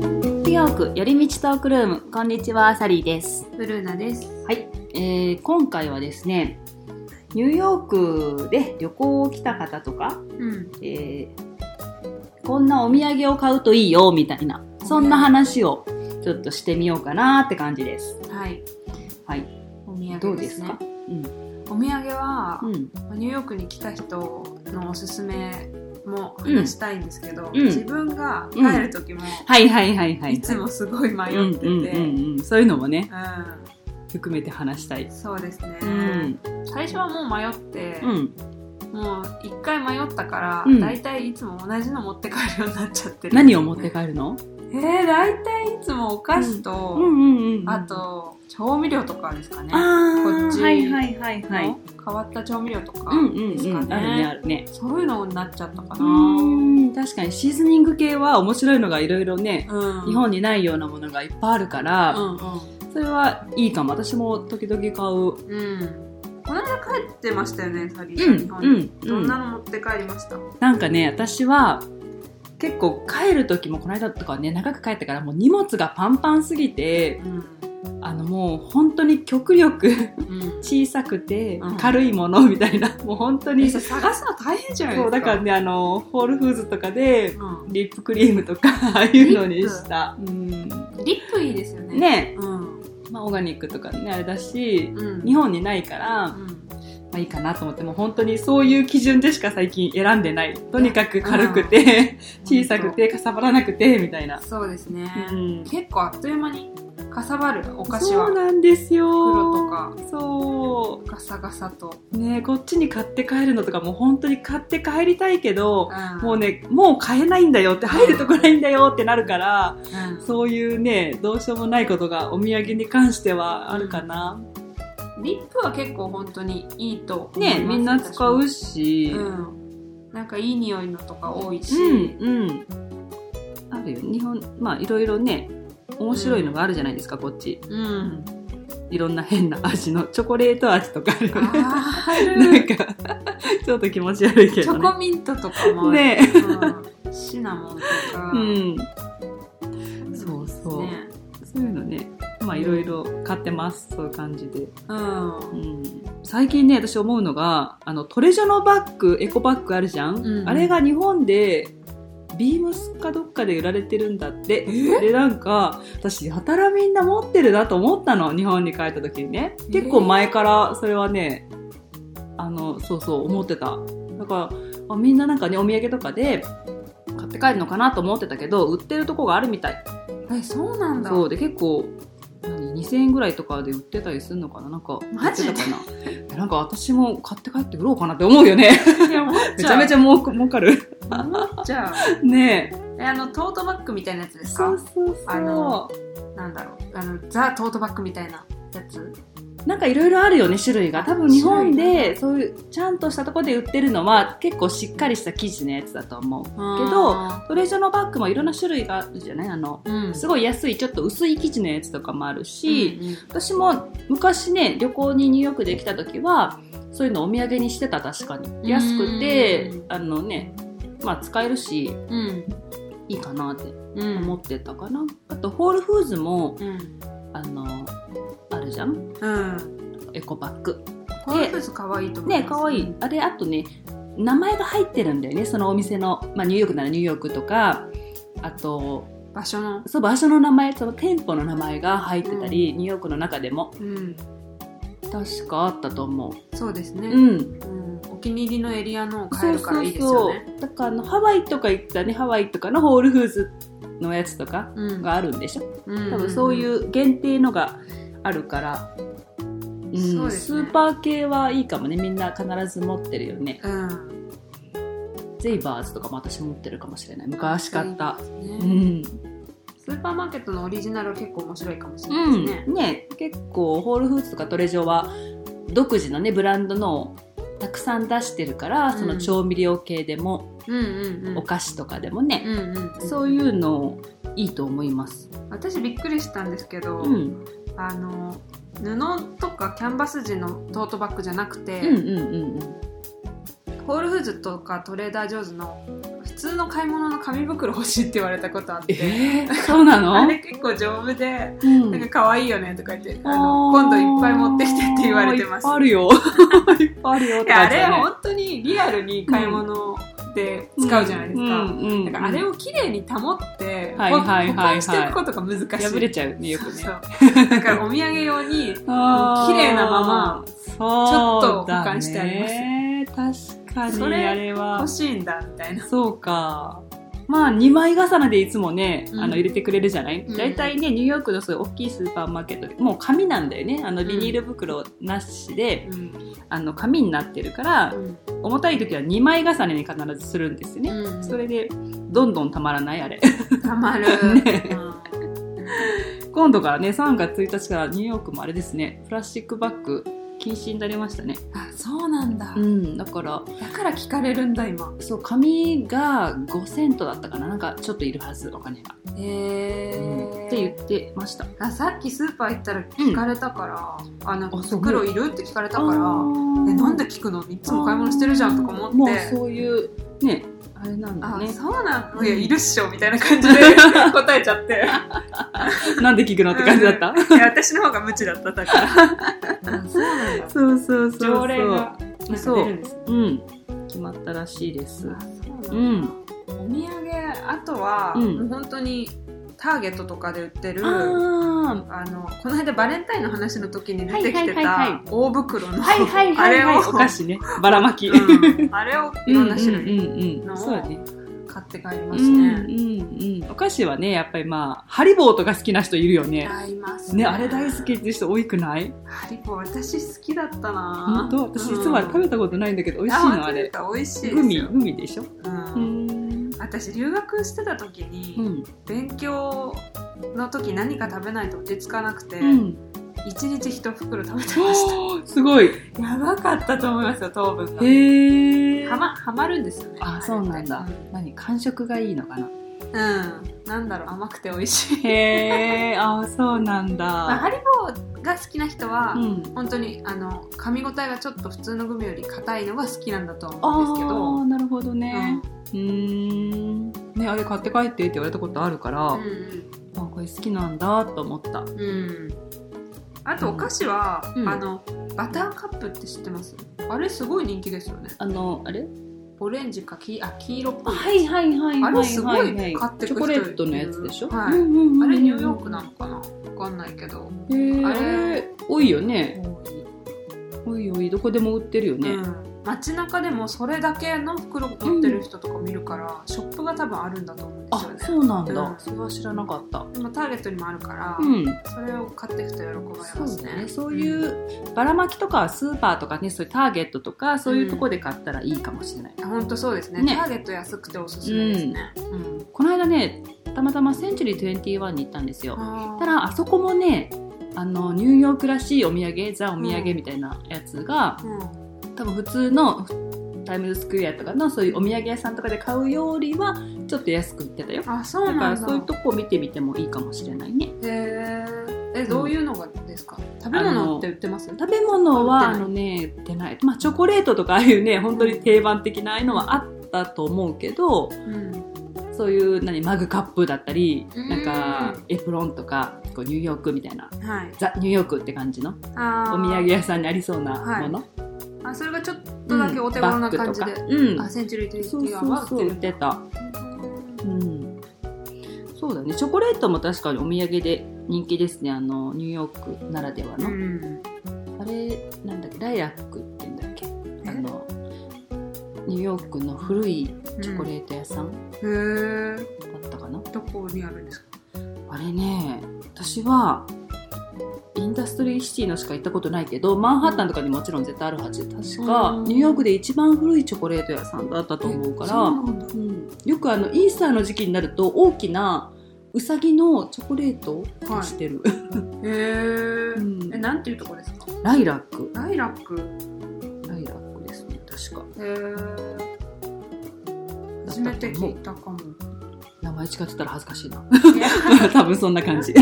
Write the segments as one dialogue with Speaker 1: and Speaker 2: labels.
Speaker 1: ーク寄り道トークルームこんにちはサリーです
Speaker 2: ブルーナです。
Speaker 1: はい、えー今回はですねニューヨークで旅行を来た方とか、
Speaker 2: うん。
Speaker 1: えーこんなお土産を買うといいよみたいなそんな話をちょっとしてみようかなって感じです
Speaker 2: はい。
Speaker 1: はい
Speaker 2: お土産です、ね。
Speaker 1: どうですか
Speaker 2: お土産は、
Speaker 1: うん
Speaker 2: ニューヨークに来た人のおすすめも話したいんですけど、
Speaker 1: うん
Speaker 2: 自分が帰る時も、
Speaker 1: はいはいはいはい
Speaker 2: いつもすごい迷
Speaker 1: うん
Speaker 2: ってて、
Speaker 1: う
Speaker 2: うんん
Speaker 1: うんうんそういうのもね含めて話したい
Speaker 2: そうですね、
Speaker 1: うん
Speaker 2: 最初はもう迷って、
Speaker 1: うん
Speaker 2: もう一回迷ったから、
Speaker 1: うん
Speaker 2: 大体いつも同じの持って帰るようになっちゃってる。
Speaker 1: 何を持って帰るの
Speaker 2: えー、大体いつもお菓子と、
Speaker 1: んうん
Speaker 2: あと、調味料とかですかね。
Speaker 1: あー
Speaker 2: こっち
Speaker 1: はいはいはいはい
Speaker 2: の変わった調味料とか
Speaker 1: うんうん
Speaker 2: です
Speaker 1: う
Speaker 2: か
Speaker 1: んあるねあ
Speaker 2: ね。
Speaker 1: るね
Speaker 2: そういうのになっちゃったか
Speaker 1: う
Speaker 2: な。
Speaker 1: ん確かにシーズニング系は面白いのがいろいろね
Speaker 2: うん
Speaker 1: 日本にないようなものがいっぱいあるか
Speaker 2: う
Speaker 1: ら
Speaker 2: ん
Speaker 1: それはいいかも私も時々買
Speaker 2: うん。うん。この間帰ってましたよね、サリー
Speaker 1: う
Speaker 2: さん。日本に。
Speaker 1: うん
Speaker 2: どんなの持って帰りました
Speaker 1: なんかね私は結構帰る時もこの間とかね長く帰ってからもう荷物がパンパンすぎて
Speaker 2: うん。
Speaker 1: あのもう本当に極力
Speaker 2: うん。
Speaker 1: 小さくて
Speaker 2: うん
Speaker 1: 軽いものみたいなもう本当
Speaker 2: え
Speaker 1: に
Speaker 2: それ探すの大変じゃないで
Speaker 1: そ
Speaker 2: す
Speaker 1: う
Speaker 2: か。
Speaker 1: だからねあのホールフーズとかで
Speaker 2: う
Speaker 1: リップクリームとかああいうのにした、うん、
Speaker 2: ん。リップいいですよね。。
Speaker 1: ね、
Speaker 2: うん。
Speaker 1: まあ、オーガニックとかねあれだし
Speaker 2: うん。
Speaker 1: 日本にないから、ま
Speaker 2: うん。
Speaker 1: あ、いいかなと思ってもう本当にそういう基準でしか最近選んでないとにかく軽くて 小さくてかさばらなくてみたいな、
Speaker 2: そうですね。
Speaker 1: うん、
Speaker 2: 結構あっという間にかさばるお菓子は
Speaker 1: そう。なんですよ
Speaker 2: 袋とか
Speaker 1: そ
Speaker 2: ガサガサと。
Speaker 1: うねこっちに買って帰るのとかもう本当に買って帰りたいけど、
Speaker 2: ん
Speaker 1: もうねもう買えないんだよって入るとこないんだよってなるから
Speaker 2: うん
Speaker 1: そういうね、どうしようもないことがお土産に関してはあるかな。
Speaker 2: リップは結構本当にいいと思います
Speaker 1: ね、みんな使うし
Speaker 2: 私、もうん、なんかいい匂いのとか多いし、
Speaker 1: うん、うん。あるよ。日本、まあいろいろね、面白いのがあるじゃないですか、こっち。
Speaker 2: うん
Speaker 1: いろんな変な味の、チョコレート味とかあるよね。
Speaker 2: あ
Speaker 1: な
Speaker 2: る
Speaker 1: んか、ちょっと気持ち悪いけ
Speaker 2: チ
Speaker 1: ど
Speaker 2: ョ
Speaker 1: ね。
Speaker 2: コミントとかもある、
Speaker 1: ね
Speaker 2: うんシナモンとか、
Speaker 1: うん。そうそう。
Speaker 2: ね
Speaker 1: そういうのね、まあいろいろ買ってます、そういう感じで。
Speaker 2: うん
Speaker 1: うん最近ね私思うのがあのトレジョのバッグエコバッグあるじゃん、
Speaker 2: うん
Speaker 1: あれが日本でビームスかどっかで売られてるんだってでなんか私やたらみんな持ってるなと思ったの日本に帰った時にね結構前からそれはねあのそうそう思ってただからあみんななんかねお土産とかで買って帰るのかなと思ってたけど売ってるとこがあるみたい
Speaker 2: えそうなんだ
Speaker 1: そうで結構何2000円ぐらいとかで売ってたりするのかななんか
Speaker 2: マジで
Speaker 1: 売ってたかななんか私も買って帰って売ろうかなって思うよ ね
Speaker 2: いや思っ
Speaker 1: めち
Speaker 2: ち
Speaker 1: ゃ
Speaker 2: ゃ
Speaker 1: めちゃ儲く儲か る
Speaker 2: ゃ思っちゃう
Speaker 1: ねえ
Speaker 2: えあのトートバッグみたいなやつです
Speaker 1: そう
Speaker 2: か
Speaker 1: そうそう
Speaker 2: あのなんだろうあのザ・トートバッグみたいなやつ
Speaker 1: なんかいろいろあるよね種類が多分
Speaker 2: 種類
Speaker 1: 日本で
Speaker 2: が
Speaker 1: そういうちゃんとしたとこで売ってるのは結構しっかりした生地のやつだと思う
Speaker 2: け
Speaker 1: どトレジョのバッグもいろんな種類があるじゃないあの
Speaker 2: うん
Speaker 1: すごい安いちょっと薄い生地のやつとかもあるし、
Speaker 2: うんうん
Speaker 1: 私も昔ね旅行にニューヨークで来た時はそういうのお土産にしてた確かに安くて
Speaker 2: うん
Speaker 1: あのねまあ使えるし
Speaker 2: うん
Speaker 1: いいかなって
Speaker 2: うん
Speaker 1: 思ってたかな、あとホールフーズも
Speaker 2: うん
Speaker 1: あのあるじゃん
Speaker 2: うん
Speaker 1: エコバッグ
Speaker 2: ホールフーズ可愛いと思います
Speaker 1: ねかわいいあれあとね名前が入ってるんだよねそのお店の、まあ、ニューヨークならニューヨークとかあと
Speaker 2: 場所の
Speaker 1: そう場所の名前その店舗の名前が入ってたり、ニューヨークの中でも
Speaker 2: うん
Speaker 1: 確かあったと思う
Speaker 2: そうですね、
Speaker 1: うん
Speaker 2: うんお気に入りのエリアのを買
Speaker 1: そ
Speaker 2: え
Speaker 1: う
Speaker 2: る
Speaker 1: そ
Speaker 2: か
Speaker 1: うそ
Speaker 2: ら
Speaker 1: う
Speaker 2: いいですよね
Speaker 1: だからあのハワイとか行ったねハワイとかのホールフーズのやつとか
Speaker 2: うん
Speaker 1: があるんでしょ
Speaker 2: うん
Speaker 1: 多分そういうう限定のがあるから、うん
Speaker 2: そうです
Speaker 1: ス
Speaker 2: ね
Speaker 1: ーパー系はいいかもねみんな必ず持ってるよね
Speaker 2: うん
Speaker 1: ゼイバーズとかも私持ってるかもしれない昔買った、
Speaker 2: ね
Speaker 1: うん
Speaker 2: スーパーマーケットのオリジナルは結構面白いかもしれ
Speaker 1: う
Speaker 2: ない
Speaker 1: ん
Speaker 2: ですね、
Speaker 1: ね結構ホールフーズとかトレジョは独自のねブランドのをたくさん出してるからその調味料系でも、
Speaker 2: うん、うんうん
Speaker 1: お菓子とかでもね、
Speaker 2: うんうん
Speaker 1: そういうのいいと思います。
Speaker 2: 私びっくりしたんですけど、
Speaker 1: うん、
Speaker 2: あの布とかキャンバス地のトートバッグじゃなくて、
Speaker 1: うん、うん、うん、
Speaker 2: ホールフーズとかトレーダー・ジョーズの普通の買い物の紙袋欲しいって言われたことあって、
Speaker 1: えー、 そうな
Speaker 2: あ
Speaker 1: の
Speaker 2: れ結構丈夫で、
Speaker 1: うん
Speaker 2: なんか可愛いよねとか言って、あの
Speaker 1: あー
Speaker 2: 今度いっぱい持ってきてって言われてます。
Speaker 1: いっぱいある よ。いっぱいあるよっ
Speaker 2: い
Speaker 1: て
Speaker 2: や
Speaker 1: 感
Speaker 2: あ
Speaker 1: じ
Speaker 2: れ
Speaker 1: だね。
Speaker 2: 本当にリアルに買い物で使うじゃないですか。
Speaker 1: うんうんうん
Speaker 2: だからあれをきれいに保って、
Speaker 1: はいはいはいはい
Speaker 2: 保管していくことが難しい。
Speaker 1: 破れちゃうね、よくね。
Speaker 2: そうそうだからお土産用に
Speaker 1: あー
Speaker 2: 綺麗なまま、
Speaker 1: そう
Speaker 2: ちょっと保管してあります
Speaker 1: ます。確かに、
Speaker 2: それ
Speaker 1: あれは
Speaker 2: 欲。しいんだみたい な。
Speaker 1: そうか。まあ、2枚重ねでいつもね、
Speaker 2: うん
Speaker 1: あの入れてくれるじゃない、
Speaker 2: うん
Speaker 1: だいたいね、ニューヨークのそういう大きいスーパーマーケットで、もう紙なんだよね。あの、
Speaker 2: ん
Speaker 1: ビニール袋なしで、
Speaker 2: うん
Speaker 1: あの、紙になってるから、重たい時は2枚重ねに必ずするんですよね。
Speaker 2: うん
Speaker 1: それで、どんどんたまらない、あれ。
Speaker 2: たまる。
Speaker 1: ね
Speaker 2: うん
Speaker 1: 今度からね3月1日からニューヨークもあれですねプラスチックバッグ禁止になりましたね
Speaker 2: あそうなんだ、
Speaker 1: うんだから
Speaker 2: だから聞かれるんだ今
Speaker 1: そう紙が5セントだったかななんかちょっといるはずお金が、
Speaker 2: へえ
Speaker 1: うんって言ってました
Speaker 2: あさっきスーパー行ったら聞かれたから、あなんか
Speaker 1: あそう
Speaker 2: 袋いるって聞かれた
Speaker 1: だ
Speaker 2: か
Speaker 1: ら
Speaker 2: らえなんで聞くのいつも買い物してるじゃんとか思っ
Speaker 1: もう
Speaker 2: て
Speaker 1: そういうねあれなんだ
Speaker 2: あ
Speaker 1: ね
Speaker 2: そうなん
Speaker 1: うん
Speaker 2: いやいるっしょみたいな感 じで答えちゃってい
Speaker 1: なんで聞くのって感じだった、
Speaker 2: や私の方が無知だっただからそうなんだ
Speaker 1: そうそうそうそう
Speaker 2: 条例がなんか出るんですね
Speaker 1: うん決まったらしいです
Speaker 2: あそうなんだ
Speaker 1: うん
Speaker 2: お土産あとは、
Speaker 1: うん
Speaker 2: もう本当にターゲットとかで売ってる
Speaker 1: あ
Speaker 2: あのこの間バレンタインの話の時に出てきて
Speaker 1: はいはいはいは
Speaker 2: た
Speaker 1: い
Speaker 2: 大袋の、
Speaker 1: あはいはいはいはい
Speaker 2: あれを
Speaker 1: お菓子ねばらまき、
Speaker 2: うんあれをいろんな種類
Speaker 1: うんうんうんうん、そうだね
Speaker 2: 買って帰りますね。
Speaker 1: うんうんうん、お菓子はねやっぱりまあハリボーとか好きな人いるよね
Speaker 2: 買います
Speaker 1: ねあれ大好きって人多くない
Speaker 2: ハリボー私好きだったな
Speaker 1: 本当私実は食べ
Speaker 2: て
Speaker 1: たことないんだけど美味しいのあれ
Speaker 2: 美味しいですよ
Speaker 1: グミグミでしょ
Speaker 2: うん
Speaker 1: うん
Speaker 2: 私留学してた時に、
Speaker 1: うん
Speaker 2: 勉強の時何か食べないと落ち着かなくて、
Speaker 1: うん
Speaker 2: 一日一袋食べてまし
Speaker 1: おーすごい
Speaker 2: たやばかったと思いますよ糖分が
Speaker 1: へえ
Speaker 2: はまはまるんですよね
Speaker 1: あそうなんだ何感触がいいのかな
Speaker 2: うんなんだろう甘くて美味しい、
Speaker 1: へえあそうなん
Speaker 2: まあ、ハ
Speaker 1: だ
Speaker 2: リボーが好きな人は、
Speaker 1: うん
Speaker 2: 本当にあの噛み応えがちょっと普通のグミより硬いのが好きなんだと
Speaker 1: あ
Speaker 2: 思うんですけど、
Speaker 1: ーなるほど
Speaker 2: うん
Speaker 1: ねうーんねあれ買って帰ってって言われたことあるから、あこれ好きなんだと思った
Speaker 2: うんうんあとお菓子は、
Speaker 1: うん
Speaker 2: あのバターカップって知ってますあれすごい人気ですよね
Speaker 1: あのあれ
Speaker 2: オレンジか黄あ黄色っぽい、
Speaker 1: はいはいはいはいはいはい。
Speaker 2: あれすごい買ってく人いる
Speaker 1: チョコレートのやつでしょ。
Speaker 2: はい
Speaker 1: うんうんうんうん
Speaker 2: あれニューヨークなのかなわかんないけど、
Speaker 1: へー
Speaker 2: あ
Speaker 1: あ
Speaker 2: れ
Speaker 1: れ多いよね。多い多いどこでも売ってるよ
Speaker 2: う
Speaker 1: ね。
Speaker 2: ん、街中でもそれだけの袋持ってる人とか見るから、ショップが多分あるんだと思うんで
Speaker 1: あ
Speaker 2: すよね
Speaker 1: そうなん
Speaker 2: うん
Speaker 1: だ。それは知らなかった。
Speaker 2: でもターゲットにもあるから、
Speaker 1: うん。
Speaker 2: それを買っていくと喜ばれ
Speaker 1: そ
Speaker 2: ます
Speaker 1: う
Speaker 2: ね
Speaker 1: だね。そういうばらまきとかはスーパーとかね、そういうターゲットとかそういうとこで買ったらいいかもしれない。
Speaker 2: 本当そうですね
Speaker 1: ね
Speaker 2: ターゲット安くておすすめですね、うん
Speaker 1: この間ね、たまたまセンチュリー21に行ったんですよ。
Speaker 2: あ
Speaker 1: ただあそこもね、あのニューヨークらしいお土産、ザお土産みたいなやつが
Speaker 2: ー、うん
Speaker 1: 多分普通のタイムズスクエアとかのそういうお土産屋さんとかで買うよりはちょっと安く売ってたよ
Speaker 2: あそう
Speaker 1: だか
Speaker 2: なん
Speaker 1: ら
Speaker 2: だ
Speaker 1: そういうとこを見てみてもいいかもしれないね
Speaker 2: へーえどういうのがですか、食べ物って売ってます
Speaker 1: 食べ物はあ
Speaker 2: 売ってない
Speaker 1: のね出ない、まあ、チョコレートとかああいうね本当に定番的なああいうのはあったと思うけど
Speaker 2: うん
Speaker 1: そういう何マグカップだったり
Speaker 2: うん
Speaker 1: なんかエプロンとかこうニューヨークみたいな
Speaker 2: はい
Speaker 1: ザニューヨークって感じのお
Speaker 2: あ
Speaker 1: 土
Speaker 2: ー
Speaker 1: 産屋さんにありそうなもの、
Speaker 2: あそれがちょっ
Speaker 1: う
Speaker 2: と
Speaker 1: ん
Speaker 2: だけお手頃な感じ
Speaker 1: バ
Speaker 2: で
Speaker 1: ッグ、とかうん
Speaker 2: あセンチュリー
Speaker 1: そ
Speaker 2: 21
Speaker 1: うそう
Speaker 2: は
Speaker 1: そう
Speaker 2: 売
Speaker 1: 売
Speaker 2: っ
Speaker 1: ってて
Speaker 2: る
Speaker 1: たうん、そうだねチョコレートも確かにお土産で人気ですねあのニューヨークならでは
Speaker 2: う
Speaker 1: の、
Speaker 2: ん
Speaker 1: あれなんだっけライラックって言うんだっけあのニューヨークの古いチョコレート屋さん
Speaker 2: へー
Speaker 1: だったかな、
Speaker 2: どこにあるんですか
Speaker 1: あれね私はインダストリーシティのしか行ったことないけどマンハッタンとかにもちろん絶対あるはず確か
Speaker 2: うん
Speaker 1: ニューヨークで一番古いチョコレート屋さんだったと思うから
Speaker 2: そうなんだ
Speaker 1: うん、よくあのイースターの時期になると大きなウサギのチョコレートを出してる、
Speaker 2: へー
Speaker 1: うん
Speaker 2: えなんていうとこですか
Speaker 1: ライラック
Speaker 2: ライラック
Speaker 1: ライラックですね確か
Speaker 2: へー初めて聞い たかも
Speaker 1: 名前違ってたら恥ずかしいな
Speaker 2: いや
Speaker 1: 多分そんな感じ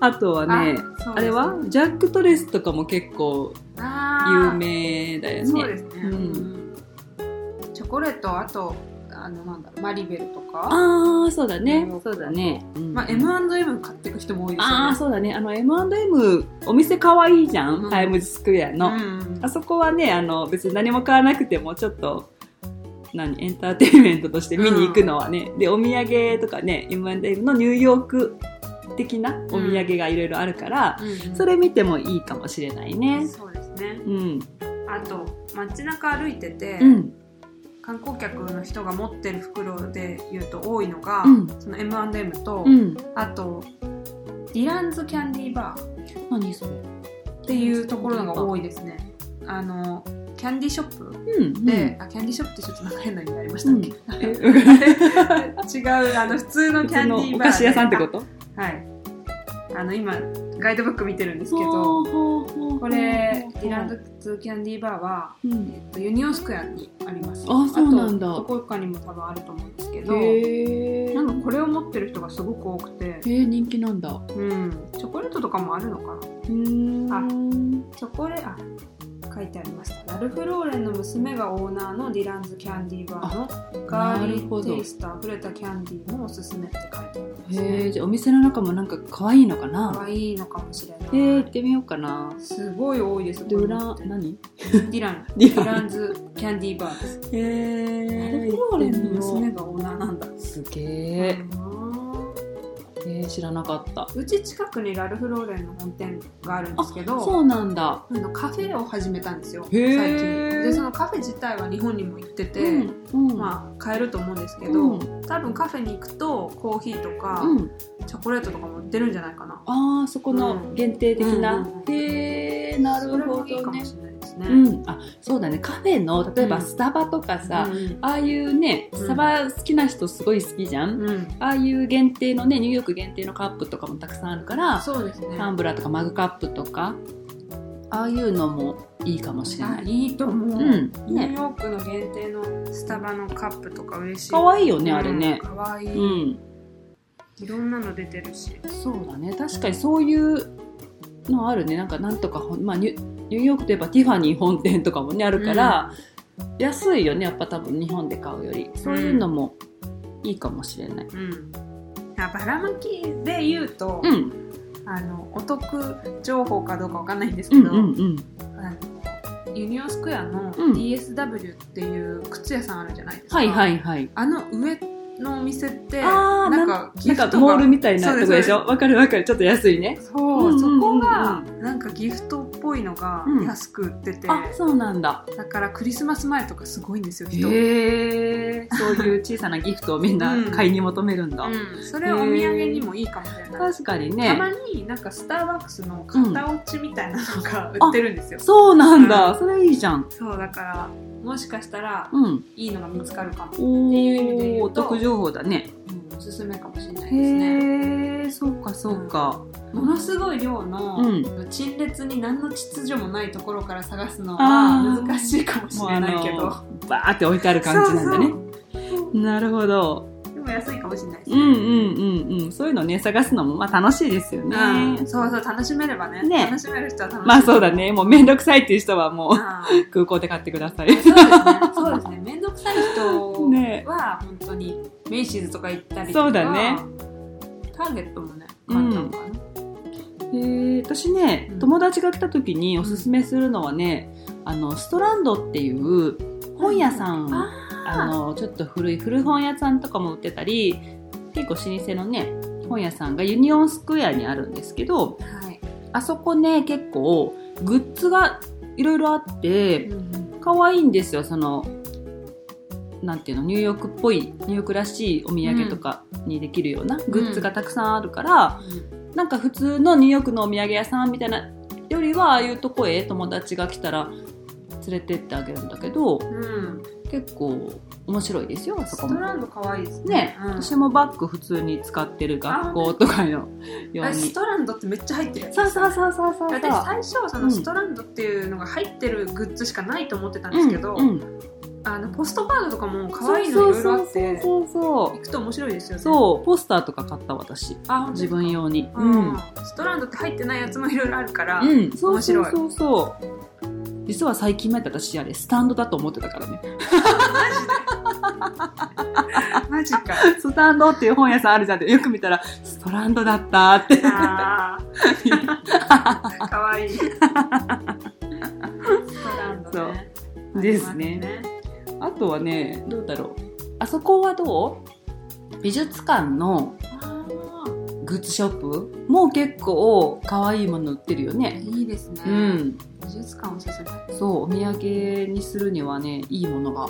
Speaker 1: あとはね
Speaker 2: あそう
Speaker 1: あ
Speaker 2: です
Speaker 1: れはジャックトレスとかも結構
Speaker 2: あー
Speaker 1: 有名だよ
Speaker 2: そう
Speaker 1: ね
Speaker 2: ですね、
Speaker 1: うん
Speaker 2: うんチョコレートあとああのなんだろうマリベルとか、
Speaker 1: ああ、そうだ
Speaker 2: ニュ
Speaker 1: ね
Speaker 2: ーヨー。ク
Speaker 1: そうだね。うん
Speaker 2: まあ、M&M 買っていく人も多いですよね
Speaker 1: ああ、そうだね。あの、M&M、お店可愛いじゃん、
Speaker 2: うん
Speaker 1: タイムズスクエアの。
Speaker 2: うん
Speaker 1: あそこはね、あの、別に何も買わなくても、ちょっと、何、エンターテインメントとして見に行くのはね。で、お土産とかね、M&M のニューヨーク的なお土産がいろいろあるから、
Speaker 2: うん
Speaker 1: それ見てもいいかもしれないね。
Speaker 2: そうですね
Speaker 1: うん。
Speaker 2: あと街中歩いてて、
Speaker 1: うん。
Speaker 2: 観光客の人が持ってる袋で言うと多いのが、
Speaker 1: うん
Speaker 2: その M&M と、
Speaker 1: うん。
Speaker 2: あとディランズキャンディーバー
Speaker 1: 何それ。
Speaker 2: っていうところのが多いですねあのキャンディーショップ
Speaker 1: うん。
Speaker 2: で、あキャンディーショップってちょっとなんか変な意味ありましたっけ、
Speaker 1: うん、 え、
Speaker 2: 違うあの普通の
Speaker 1: 普通
Speaker 2: キャンディ
Speaker 1: の
Speaker 2: ー
Speaker 1: お
Speaker 2: バーで
Speaker 1: 菓子屋さんってこと
Speaker 2: あはいあの今ガイドブック見てるんですけどこ
Speaker 1: こ
Speaker 2: れディランズキャンディーバーはえっとユニオンスクエアにあります
Speaker 1: あそうなんだ
Speaker 2: あとどこかにも多分あると思うんですけど
Speaker 1: へえ
Speaker 2: なんかこれを持ってる人がすごく多くて、
Speaker 1: 人気なんだ
Speaker 2: うん、チョコレートとかもあるのかな
Speaker 1: うん
Speaker 2: チョコレあ書いてありましたラルフ・ローレンの娘がオーナーのディランズキャンディーバーのガーリ
Speaker 1: なるほ
Speaker 2: ッ
Speaker 1: ど
Speaker 2: テイストあふれたキャンディーもおすすめって書いてあります
Speaker 1: へえ
Speaker 2: ね
Speaker 1: じゃあお店の中もなんか可愛いのか
Speaker 2: か
Speaker 1: な
Speaker 2: わいいのかもしれな
Speaker 1: へ
Speaker 2: い、
Speaker 1: え行ってみようかな
Speaker 2: すごい多いです
Speaker 1: で
Speaker 2: これ
Speaker 1: 裏
Speaker 2: 持ってる
Speaker 1: 何
Speaker 2: ディラン
Speaker 1: デ
Speaker 2: デ
Speaker 1: ィラ ン
Speaker 2: ィランズキャンディーバーです
Speaker 1: へえ
Speaker 2: ラルフ・ローレンの娘がオーナーなんだ
Speaker 1: すげえ
Speaker 2: うん
Speaker 1: え知らなかった
Speaker 2: うち近くにラルフ・ローレンの本店があるんですけど
Speaker 1: そうなんだ
Speaker 2: あのカフェを始めたんですよ
Speaker 1: へ
Speaker 2: 最
Speaker 1: ー
Speaker 2: 近でそのカフェ自体は日本にも行ってて、
Speaker 1: うんうん
Speaker 2: まあ買えると思うんですけど、
Speaker 1: うん
Speaker 2: 多分カフェに行くとコーヒーとか、
Speaker 1: うん
Speaker 2: チョコレートとかも売ってるんじゃないかな
Speaker 1: ああそこの限定的な
Speaker 2: うん
Speaker 1: へえなるほ
Speaker 2: それもいい
Speaker 1: ど
Speaker 2: か
Speaker 1: ね
Speaker 2: もしれないですね、
Speaker 1: うん、あそうだねカフェの例えば
Speaker 2: うん
Speaker 1: スタバとかさ、
Speaker 2: うん
Speaker 1: ああいうね
Speaker 2: うん
Speaker 1: スタバ好きな人すごい好きじゃん、
Speaker 2: うん
Speaker 1: ああいう限定のねニューヨーク限定のカップとかもたくさんあるから
Speaker 2: そうですね
Speaker 1: タンブラーとかマグカップとかああいうのもいいかもしれ
Speaker 2: あ
Speaker 1: ない。
Speaker 2: いいと思
Speaker 1: うん
Speaker 2: う、ニュー
Speaker 1: ね、
Speaker 2: ヨークの限定のスタバのカップとか嬉しい
Speaker 1: かわいいよね、あれね
Speaker 2: うん。かわいい、
Speaker 1: うん、
Speaker 2: いろんなの出てるし
Speaker 1: そうだね確かにそういうのあるねなんかなんとかほん、まあ、ニュニューヨークといえばティファニー本店とかもねあるから、安いよねやっぱ多分日本で買うよりそういうのもいいかもしれない。
Speaker 2: うんあばらまきで言うと、
Speaker 1: うん
Speaker 2: あのお得情報かどうかわかんないんですけ
Speaker 1: う
Speaker 2: ど、
Speaker 1: んうんうん
Speaker 2: あのユニオンスクエアの
Speaker 1: うん
Speaker 2: DSW っていう靴屋さんあるじゃないですか、
Speaker 1: はいはいはい。
Speaker 2: あの上のお店って
Speaker 1: あー
Speaker 2: なんか
Speaker 1: な
Speaker 2: ギ
Speaker 1: んか
Speaker 2: フト
Speaker 1: モー
Speaker 2: が
Speaker 1: ルみたいなとこでしょわかるわかる。ちょっと安いね。
Speaker 2: そう、
Speaker 1: うんうんうんうん
Speaker 2: そこがなんかギフトっぽいのが
Speaker 1: うん
Speaker 2: 安く売ってて、
Speaker 1: あ、そうなんだ。
Speaker 2: だからクリスマス前とかすごいんですよ人、
Speaker 1: へえ。そういう小さなギフトをみんな買いに求めるんだ。
Speaker 2: うん、それお土産にもいいかもしれない
Speaker 1: 確かに
Speaker 2: た
Speaker 1: ね。
Speaker 2: まになんかスターバックスの型落ちみたいなのが売ってるんですよ、
Speaker 1: そうなんだ、
Speaker 2: うん
Speaker 1: それいいじゃん。
Speaker 2: そうだからもしかしたら
Speaker 1: うん。
Speaker 2: いいのが見つかるかも、いう意味で
Speaker 1: お
Speaker 2: 言う
Speaker 1: お、
Speaker 2: と
Speaker 1: お得情報だね。
Speaker 2: うんおすすめかもしれないです
Speaker 1: へ
Speaker 2: ね
Speaker 1: え、そうかそうか。
Speaker 2: ものすごい量の、
Speaker 1: うん
Speaker 2: 陳列に何の秩序もないところから探すの
Speaker 1: あ
Speaker 2: は
Speaker 1: ー
Speaker 2: 難しいかもしれないけ
Speaker 1: も
Speaker 2: ど
Speaker 1: バーって置いてある感じなんだね。
Speaker 2: そうそう
Speaker 1: なるほど。
Speaker 2: でも安いかもしれないです
Speaker 1: うんうんうんうん。そういうのね、探すのもまあ楽しいですよね。
Speaker 2: うんそうそう楽しめればね
Speaker 1: ね
Speaker 2: 楽しめる人は楽しめる
Speaker 1: まあそうだね。もうめんどくさいっていう人はもう
Speaker 2: うん
Speaker 1: 空港で買ってください。
Speaker 2: そうですね そうですね面倒くさい人
Speaker 1: ね
Speaker 2: は本当にメイシーズとか行ったりとか
Speaker 1: そうだね
Speaker 2: ターゲットもね簡単かな、
Speaker 1: えー私ね、
Speaker 2: うん
Speaker 1: 友達が来た時におすすめするのはね、あのストランドっていう本屋さん、
Speaker 2: あ
Speaker 1: あのちょっと古い古本屋さんとかも売ってたり結構老舗のね本屋さんがユニオンスクエアにあるんですけど
Speaker 2: はい、
Speaker 1: あそこね結構グッズがいろいろあって
Speaker 2: うん
Speaker 1: 可愛いんですよそのなんていうのニューヨークっぽいニューヨークらしいお土産とかにできるようなグッズがたくさんあるから、なんか普通のニューヨークのお土産屋さんみたいなよりはああいうとこへ友達が来たら連れてってあげるんだけど
Speaker 2: うん、
Speaker 1: 結構面白いですよあそ
Speaker 2: ス
Speaker 1: こ
Speaker 2: ト
Speaker 1: も。
Speaker 2: ランド可愛いですね
Speaker 1: ね、
Speaker 2: うん
Speaker 1: 私もバッグ普通に使ってる学校とかのよう
Speaker 2: あれ
Speaker 1: に
Speaker 2: ス。トランドってめっちゃ入ってるやつ
Speaker 1: そうそうそうそうそうそう。
Speaker 2: 私最初そ
Speaker 1: うん
Speaker 2: のストランドっていうのが入ってるグッズしかないと思ってたんですけど、
Speaker 1: うんうん
Speaker 2: あのポストカードとかも可愛いのいろいろあって
Speaker 1: そうそうそうそ
Speaker 2: 行
Speaker 1: う
Speaker 2: くと面白いですよね
Speaker 1: そうポスターとか買った私
Speaker 2: あ
Speaker 1: 自分用に。
Speaker 2: うん、ストランドって入ってないやつもいろいろあるから、
Speaker 1: うん、そう
Speaker 2: 面白い
Speaker 1: そうそうそう。実は最近まで私あれスタンドだと思ってたからね
Speaker 2: マジか。
Speaker 1: スタンドっていう本屋さんあるじゃんってよく見たらストランドだったって
Speaker 2: ああ。かわいい。ストランドね。
Speaker 1: です
Speaker 2: ありま
Speaker 1: ねあとはねどうだろうあそこはどう美術館の
Speaker 2: あー
Speaker 1: グッズショップも結構可愛いもの売ってるよね
Speaker 2: いいですね。
Speaker 1: うん
Speaker 2: 美術館おすすめ。
Speaker 1: そうお土産にするにはねいいものが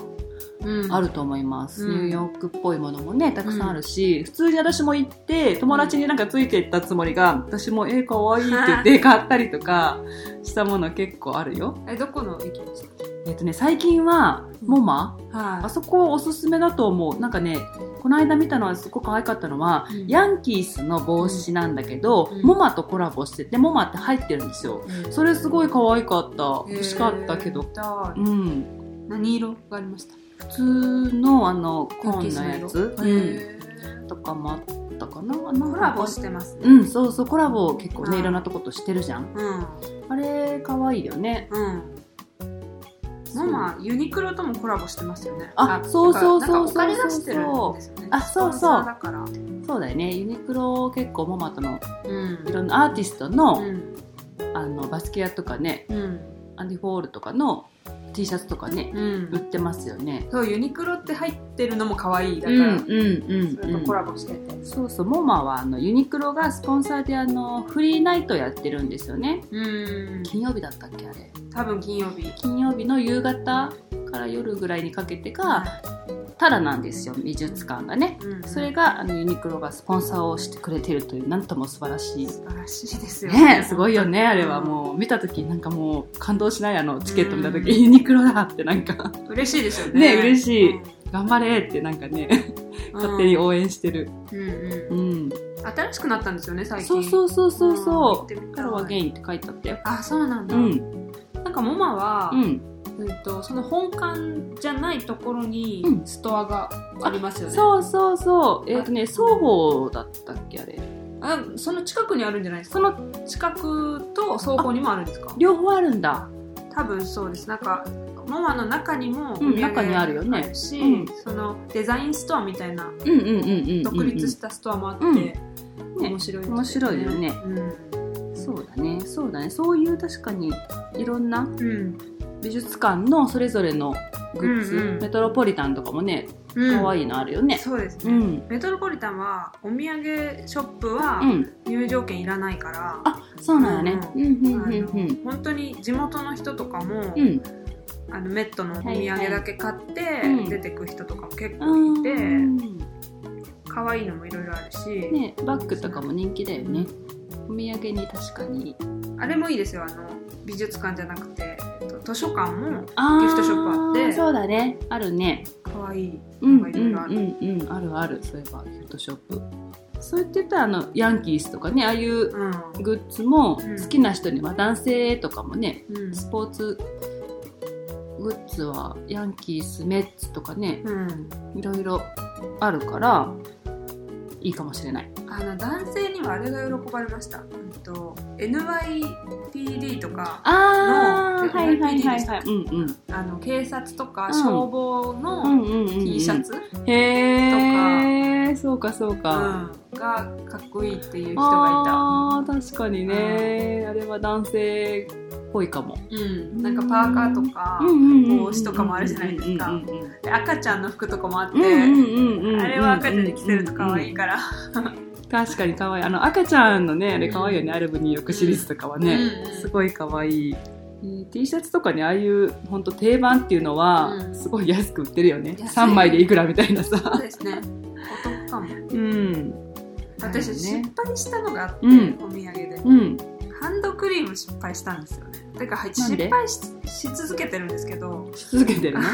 Speaker 2: うん
Speaker 1: あると思います、
Speaker 2: うん
Speaker 1: ニューヨークっぽいものもねたくさんあるし、普通に私も行って友達になんかついていったつもりが、私も「えー、かわいい」って言って買ったりとかしたもの結構あるよ
Speaker 2: え、どこの駅ですか
Speaker 1: えっ、とね最近は
Speaker 2: うん
Speaker 1: モマ、あ
Speaker 2: は
Speaker 1: そこおすすめだと思うなんかねこの間見たのはすごく可愛かったのは、
Speaker 2: うん
Speaker 1: ヤンキースの帽子なんだけど、
Speaker 2: うん
Speaker 1: モマとコラボしててモマって入ってるんですよ
Speaker 2: い。
Speaker 1: それすごい可愛かった欲しかったけ
Speaker 2: え
Speaker 1: ど
Speaker 2: ーだ
Speaker 1: うん
Speaker 2: 何色がありました
Speaker 1: 普通のあのコ
Speaker 2: ヤンキ
Speaker 1: ーン
Speaker 2: ース
Speaker 1: の
Speaker 2: の
Speaker 1: や
Speaker 2: 色
Speaker 1: つ、うん、
Speaker 2: へ
Speaker 1: とかもあったかな
Speaker 2: ーコラボしてますね。
Speaker 1: うんそうそうコラボ結構
Speaker 2: あ
Speaker 1: ね
Speaker 2: ー
Speaker 1: いろんなとことしてるじゃん
Speaker 2: うん。
Speaker 1: あれ可愛いよね
Speaker 2: うん。ママ、ユニクロともコラボしてますよね。
Speaker 1: あそうそうそう
Speaker 2: だからなんかお金出してるんですよね。
Speaker 1: あそうそう
Speaker 2: スポンサーだから。
Speaker 1: そうだよねユニクロ結構ママとの
Speaker 2: うん
Speaker 1: い。ろんなアーティストの,、
Speaker 2: ん。
Speaker 1: あのバスケアとかね
Speaker 2: うん。
Speaker 1: アンディ・フォールとかの T シャツとかね、
Speaker 2: うん
Speaker 1: 売ってますよね
Speaker 2: そう、ユニクロって入ってるのも可愛いだ
Speaker 1: う
Speaker 2: か
Speaker 1: んう
Speaker 2: ら、
Speaker 1: ん
Speaker 2: それ
Speaker 1: う
Speaker 2: と
Speaker 1: ん
Speaker 2: コラボしてて。
Speaker 1: そうそうモマはあのユニクロがスポンサーであのフリーナイトやってるんですよね
Speaker 2: うん。
Speaker 1: 金曜日だったっけあれ
Speaker 2: 多分金曜日。
Speaker 1: 金曜日の夕方から夜ぐらいにかけてがタダなんですよ美術館がね
Speaker 2: うん、
Speaker 1: それがあのユニクロがスポンサーをしてくれてるというなんとも素晴らしい
Speaker 2: 素晴らしいですよ
Speaker 1: ねすごいよねあれは
Speaker 2: う
Speaker 1: もう見た時なんかもう感動しないあのチケット見た時、
Speaker 2: うん
Speaker 1: ユニクロだってなんか
Speaker 2: ん嬉しいですよ
Speaker 1: ね
Speaker 2: ね
Speaker 1: 嬉しい
Speaker 2: うん
Speaker 1: 頑張れってなんかね勝手に応援してる
Speaker 2: うんう
Speaker 1: うんん
Speaker 2: 新しくなったんですよね最近
Speaker 1: そうそうそうそう
Speaker 2: 行っ
Speaker 1: そ
Speaker 2: てみ
Speaker 1: う「
Speaker 2: た
Speaker 1: カ
Speaker 2: い
Speaker 1: ロはゲイン」って書いてあったよ
Speaker 2: あそうなんだ、
Speaker 1: うん
Speaker 2: なんかモマは、
Speaker 1: う
Speaker 2: うん
Speaker 1: ん
Speaker 2: とその本館じゃないところに
Speaker 1: うん
Speaker 2: ストアがありますよね、
Speaker 1: そうそうそうえっ、とね双方だったっけあれ
Speaker 2: あその近くにあるんじゃないですか
Speaker 1: そ
Speaker 2: そ
Speaker 1: の
Speaker 2: の近くと倉庫にもあるんですか
Speaker 1: 両方あるんだ
Speaker 2: 多分そうですなんかモマの中にもお
Speaker 1: うん
Speaker 2: 土産
Speaker 1: 中にあるよね
Speaker 2: し、
Speaker 1: うん
Speaker 2: そのデザインストアみたいな
Speaker 1: うんうんうんうんうんうん
Speaker 2: 独立したストアもあって、
Speaker 1: うん
Speaker 2: 面白いですよね
Speaker 1: 面白いよね
Speaker 2: うん
Speaker 1: そうだね、そうだね。そういう確かにいろんな
Speaker 2: うん
Speaker 1: 美術館のそれぞれのグッズ、
Speaker 2: うんうん
Speaker 1: メトロポリタンとかもね、
Speaker 2: うん
Speaker 1: 可愛いのあるよね。
Speaker 2: そうです
Speaker 1: う
Speaker 2: ね、
Speaker 1: ん。
Speaker 2: メトロポリタンはお土産ショップ
Speaker 1: う
Speaker 2: は
Speaker 1: ん。
Speaker 2: 入場券いらないから、
Speaker 1: あ、そうなんだね。う
Speaker 2: うん
Speaker 1: うん
Speaker 2: あ
Speaker 1: うん
Speaker 2: の
Speaker 1: うん
Speaker 2: 本当に地元の人とかも、
Speaker 1: うん。
Speaker 2: あのメットのお土産だけ買って、
Speaker 1: いはい
Speaker 2: 出てく人とかも結
Speaker 1: う
Speaker 2: 構い
Speaker 1: ん。
Speaker 2: て、
Speaker 1: うん。
Speaker 2: 可愛いのもいろいろあるし、
Speaker 1: ね、バッグとかも人気だよね。お土産に確かに。
Speaker 2: あれもいいですよあの美術館じゃなくて、えっと、図書館も
Speaker 1: あー
Speaker 2: ギフトショップあって
Speaker 1: そうだね。あるね。
Speaker 2: 可愛い
Speaker 1: うん
Speaker 2: の
Speaker 1: う
Speaker 2: が
Speaker 1: ん
Speaker 2: いうろいろある、
Speaker 1: んうん。あるある。そういえばギフトショップ。そう言って言ったらあのヤンキースとかね、ああいう
Speaker 2: うん
Speaker 1: グッズも
Speaker 2: うん
Speaker 1: 好きな人には男性とかもね
Speaker 2: うん
Speaker 1: スポーツグッズはヤンキースメッツとかね
Speaker 2: うん
Speaker 1: いろいろあるからいいかもしれない
Speaker 2: あの男性にはあれが喜ばれました、うんと、NYPD とか
Speaker 1: あ
Speaker 2: ー
Speaker 1: は
Speaker 2: はいい
Speaker 1: は
Speaker 2: はいい
Speaker 1: は
Speaker 2: はいい
Speaker 1: は
Speaker 2: はい
Speaker 1: うんうん
Speaker 2: あの警察とか
Speaker 1: ん
Speaker 2: 消防の、
Speaker 1: うんうんうんうん
Speaker 2: T シャツ、
Speaker 1: へえそうかそう
Speaker 2: う
Speaker 1: か、
Speaker 2: んがかっこいいっていう人が
Speaker 1: あー確かにねあれは男性っぽいかも
Speaker 2: いた、うん、なんかパーカーとか、帽子とかもあるじゃないですか
Speaker 1: うんうんうん
Speaker 2: で赤ちゃんの服とかもあって、
Speaker 1: うんうん
Speaker 2: あれは赤ちゃんに着てると可愛いから、
Speaker 1: 確かに可愛いあの赤ちゃんのねあれ可愛いよね、アルブニューヨークシリーズとかはね、
Speaker 2: うん
Speaker 1: すごい可愛い、えー T シャツとかねああいう本当定番っていうのは、
Speaker 2: うん
Speaker 1: すごい安く売ってるよね
Speaker 2: 安い
Speaker 1: 3枚でいくらみたいな
Speaker 2: そう
Speaker 1: さ
Speaker 2: ですねお得かも
Speaker 1: うん
Speaker 2: 私、
Speaker 1: ね
Speaker 2: 失敗したのがあって、
Speaker 1: うん
Speaker 2: お土産で
Speaker 1: うん
Speaker 2: ハンドクリーム失敗したんですよねだからはい
Speaker 1: なんで
Speaker 2: 失敗しし続けてるんです けど
Speaker 1: し続けてるね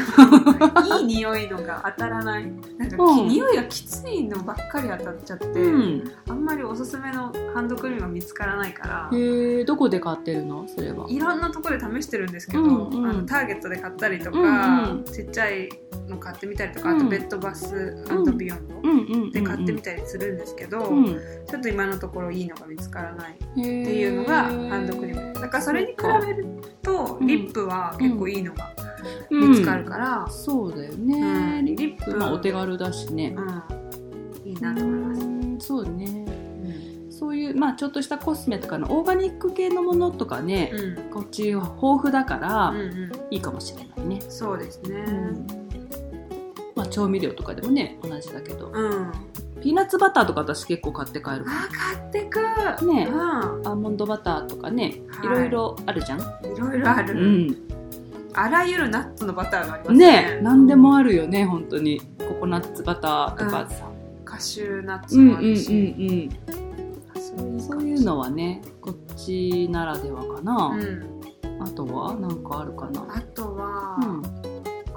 Speaker 2: いい匂いのが当たらないなんか、
Speaker 1: うん
Speaker 2: 匂いがきついのばっかり当たっちゃって、
Speaker 1: うん
Speaker 2: あんまりおすすめのハンドクリームが見つからないから
Speaker 1: へーどこで買ってるのそれはい
Speaker 2: ろんなところで試してるんですけど、
Speaker 1: うんうん
Speaker 2: あのターゲットで買ったりとか、
Speaker 1: うんうん
Speaker 2: ちっちゃいの買ってみたりとか、
Speaker 1: うん
Speaker 2: あとベッドバス
Speaker 1: うん
Speaker 2: ビヨンド
Speaker 1: うんうんうん
Speaker 2: で買ってみたりするんですけど、
Speaker 1: うん、っ
Speaker 2: ちょっと今のところいいのが見つからないってていうのがハンドクリームだからそれに比べると
Speaker 1: うん
Speaker 2: リップは結構いいのが見つかるから、
Speaker 1: そうだよ
Speaker 2: う
Speaker 1: ね、
Speaker 2: ん
Speaker 1: リ
Speaker 2: リッ
Speaker 1: ップ
Speaker 2: プ、
Speaker 1: まあ、お手軽だしね、
Speaker 2: うん、いいなと思います、
Speaker 1: うんそうね
Speaker 2: うん
Speaker 1: そういう、まあ、ちょっとしたコスメとかのオーガニック系のものとかね、こっちは豊富だから、
Speaker 2: うんうん、
Speaker 1: いいかもしれないね、
Speaker 2: そうですね
Speaker 1: まあ、調味料とかでもね同じだけど
Speaker 2: うん、
Speaker 1: ピーナッツバターとか私結構買って帰る
Speaker 2: あ買ってく
Speaker 1: ね
Speaker 2: う
Speaker 1: アーモンドバターとかね、
Speaker 2: はい
Speaker 1: いろいろあるじゃん、
Speaker 2: ん、いろいろあ
Speaker 1: う
Speaker 2: る、
Speaker 1: ん、
Speaker 2: あらゆるナッツのバターがありますね
Speaker 1: ね何でもあるよね本当にココナッツバターとかさ、
Speaker 2: カシューナッツ
Speaker 1: うん、うん
Speaker 2: も
Speaker 1: う
Speaker 2: あ
Speaker 1: んうん
Speaker 2: るし、
Speaker 1: そういうのはねこっちならではか
Speaker 2: う
Speaker 1: な、
Speaker 2: ん、
Speaker 1: あとはなんかあるかな
Speaker 2: あとは、
Speaker 1: うん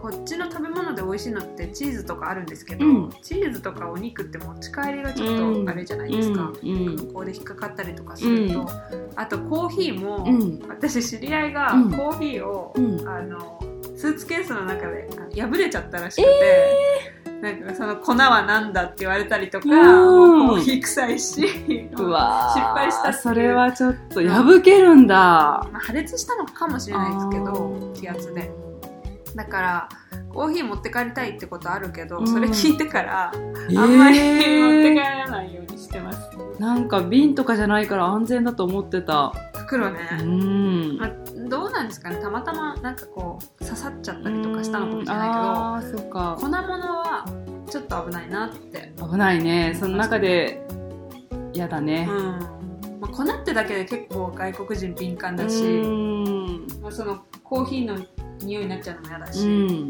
Speaker 2: こっちの食べ物で美味しいのってチーズとかあるんですけど、
Speaker 1: うん
Speaker 2: チーズとかお肉って持ち帰りがちょっとあれじゃないですか、
Speaker 1: うんうん
Speaker 2: ここで引っかかったりとかする
Speaker 1: う
Speaker 2: と、
Speaker 1: ん
Speaker 2: あとコーヒーも、
Speaker 1: うん
Speaker 2: 私知り合いが
Speaker 1: うん
Speaker 2: コーヒーを、
Speaker 1: うん
Speaker 2: あのスーツケースの中であ破れちゃったらしくて、なんかその粉はなんだって言われたりとか、
Speaker 1: うん
Speaker 2: もうコーヒー臭いし
Speaker 1: うわー
Speaker 2: 失敗したっていう
Speaker 1: それはちょっと破けるんだ、
Speaker 2: まあ、破裂したのかもしれないですけ
Speaker 1: あ
Speaker 2: ど
Speaker 1: ー
Speaker 2: 気圧でだからコーヒー持って帰りたいってことあるけど、
Speaker 1: うん
Speaker 2: それ聞いてから
Speaker 1: えー
Speaker 2: あんまり持って帰らないようにしてます。
Speaker 1: なんか瓶とかじゃないから安全だと思ってた
Speaker 2: 袋ね、
Speaker 1: うん
Speaker 2: まあ、どうなんですかねたまたまなんかこう刺さっちゃったりとかしたのかもしれな
Speaker 1: あーそっ
Speaker 2: い
Speaker 1: か
Speaker 2: けど粉物はちょっと危ないなって、
Speaker 1: 危ないねその中でやだ
Speaker 2: うん
Speaker 1: ね、
Speaker 2: まあ、粉ってだけで結構外国人敏感だし、
Speaker 1: うん
Speaker 2: まあ、そのコーヒーの匂いになっちゃうのも嫌だ
Speaker 1: う
Speaker 2: し、
Speaker 1: ん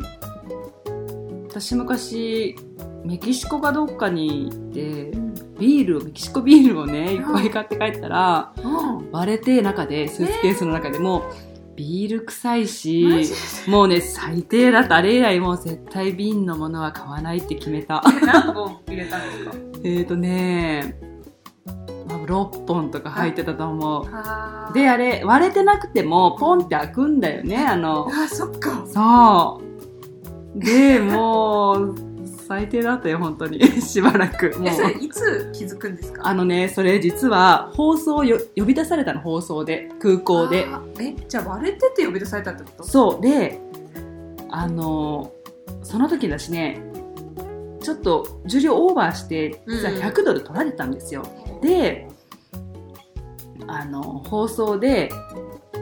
Speaker 1: 私昔メキシコかどっかに行ってビールをメキシコビールをねいっぱい買って帰ったら
Speaker 2: うん
Speaker 1: 割れて中でスーツケースの中でもビール臭いし
Speaker 2: マジで
Speaker 1: もうね最低だったあれ以来もう絶対瓶のものは買わないって決め た
Speaker 2: 何本入れたん ですか
Speaker 1: えーとねまあ6本とか入ってたと思う
Speaker 2: あー
Speaker 1: であれ割れてなくてもポンって開くんだよねあの
Speaker 2: あそっか
Speaker 1: そうでもう最低だったよ本当に しばらくも
Speaker 2: え
Speaker 1: う
Speaker 2: それいつ気づくんですか
Speaker 1: あのねそれ実は放送をよ呼び出されたの放送で空港で
Speaker 2: あーえじゃあ割れてて呼び出されたってこと
Speaker 1: そうであのその時だしねちょっと重量オーバーして実は
Speaker 2: うん
Speaker 1: 100ドル取られたんですよ、であの放送で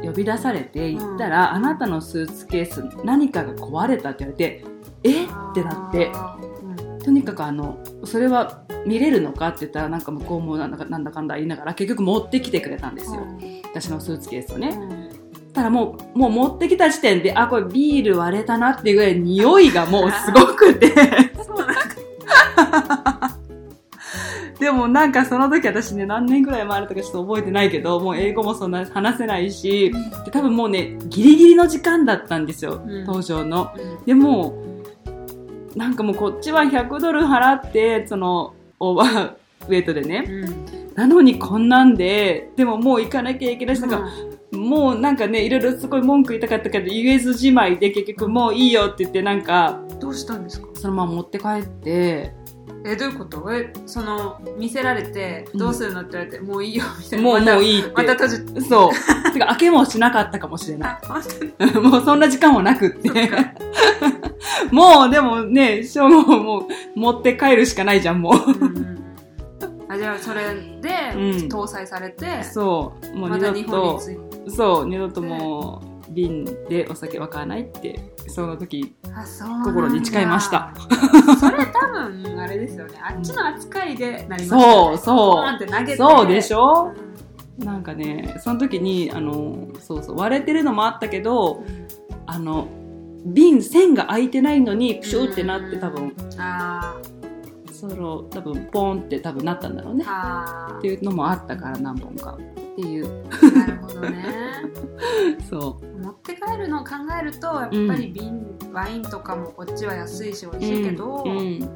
Speaker 1: 呼び出されて行ったら、あなたのスーツケース何かが壊れたって言われてえってなって
Speaker 2: あーうん
Speaker 1: とにかくあのそれは見れるのかって言ったらなんか向こうもなんだかなんだかんだ言いながら結局持ってきてくれたんですよ、私のスーツケースをね、たらもう、もう持ってきた時点で、あ、これビール割れたなっていうぐらい匂いがもうすごくて。
Speaker 2: そうなんか
Speaker 1: でもなんかその時私ね、何年ぐらい前の時ちょっと覚えてないけど、もう英語もそんな話せないし、で多分もうね、ギリギリの時間だったんですよ、
Speaker 2: うん
Speaker 1: 登場の。
Speaker 2: うん
Speaker 1: でもう、なんかもうこっちは100ドル払って、その、オーバーウェイトでね。なのにこんなんで、でももう行かなきゃいけないし、なんかもうなんかね、いろいろすごい文句言いたかったけど、言えずじまいで結局もういいよって言って、なんか、
Speaker 2: どうしたんですか
Speaker 1: そのまま持って帰って、
Speaker 2: えどういうことえその見せられて
Speaker 1: うん
Speaker 2: どうするのって言われて、もういいよみたいな
Speaker 1: もう、
Speaker 2: また
Speaker 1: もういいって。
Speaker 2: また閉じて
Speaker 1: そう。てか、開けもしなかったかもしれな
Speaker 2: あ本当に
Speaker 1: い。 もうそんな時間もなくって
Speaker 2: そっ。か
Speaker 1: もう、でもね、しょうももう、持って帰るしかないじゃん、もう。
Speaker 2: うんうん あじゃあそれで
Speaker 1: うん
Speaker 2: 搭載されて、
Speaker 1: そう。もう
Speaker 2: ま
Speaker 1: 二
Speaker 2: た
Speaker 1: 度
Speaker 2: 日本に
Speaker 1: と
Speaker 2: つ、いて
Speaker 1: そう、二度ともう、瓶でお酒は買わないって、その時、
Speaker 2: あそうなんだ
Speaker 1: 心に誓いました。
Speaker 2: それ多分あれですよねあっちの扱いでなりますよ
Speaker 1: そう、
Speaker 2: ね
Speaker 1: そ
Speaker 2: ボーン
Speaker 1: う
Speaker 2: っ。て投げて
Speaker 1: そうでしょ
Speaker 2: うん
Speaker 1: なんかね、その時に、あの、そうそう、割れてるのもあったけど、あの、瓶、線が開いてないのに、プシューってなって多分、
Speaker 2: あ
Speaker 1: その、多分、ポンって多分なったんだろうね
Speaker 2: ー。あ
Speaker 1: っていうのもあったから、何本か。っていう。
Speaker 2: ーなるほどね
Speaker 1: そ
Speaker 2: 持って帰るのを考えるとやっぱり瓶、ワインとかもこっちは安いし美
Speaker 1: う。
Speaker 2: 味しいけど、
Speaker 1: うんう
Speaker 2: ね
Speaker 1: ん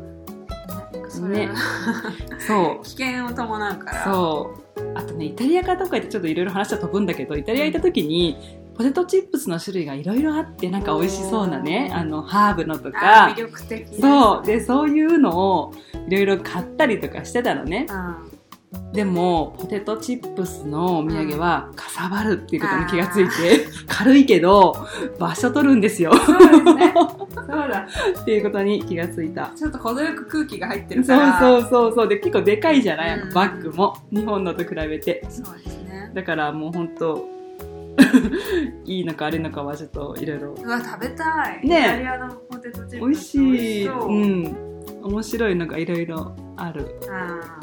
Speaker 2: それ
Speaker 1: ね
Speaker 2: は
Speaker 1: そう。
Speaker 2: 危険を伴うから
Speaker 1: そう。あとね、イタリアかどうかってちょっといろいろ話は飛ぶんだけど、イタリア行った時に、ポテトチップスの種類がいろいろあって、なんか美味しそうなね、
Speaker 2: おー
Speaker 1: あの、ハーブのと
Speaker 2: あ
Speaker 1: か
Speaker 2: 魅、力的です
Speaker 1: そう。で、そういうのをいろいろ買ったりとかしてたのね。
Speaker 2: あ
Speaker 1: でも、ポテトチップスのお土産は、かさばるっていうことに気がつい
Speaker 2: あ
Speaker 1: て、 軽いけど、場所取るんですよ
Speaker 2: ーそうですねそうだ
Speaker 1: っていうことに気がついた。
Speaker 2: ちょっと程よく空気が入って
Speaker 1: そう
Speaker 2: るから
Speaker 1: そうそうそう。で、結構でかいじゃない、
Speaker 2: うん
Speaker 1: バッグも。日本のと比べて。
Speaker 2: そうですね
Speaker 1: だからもう本当 いいのか悪いのかはちょっといろいろ
Speaker 2: うわ食べたい
Speaker 1: ね
Speaker 2: イタリアのポテトチッ
Speaker 1: 美
Speaker 2: プ
Speaker 1: 味
Speaker 2: ス
Speaker 1: し
Speaker 2: 美
Speaker 1: い
Speaker 2: 味そう、
Speaker 1: うん面白いのがいろいろある
Speaker 2: あ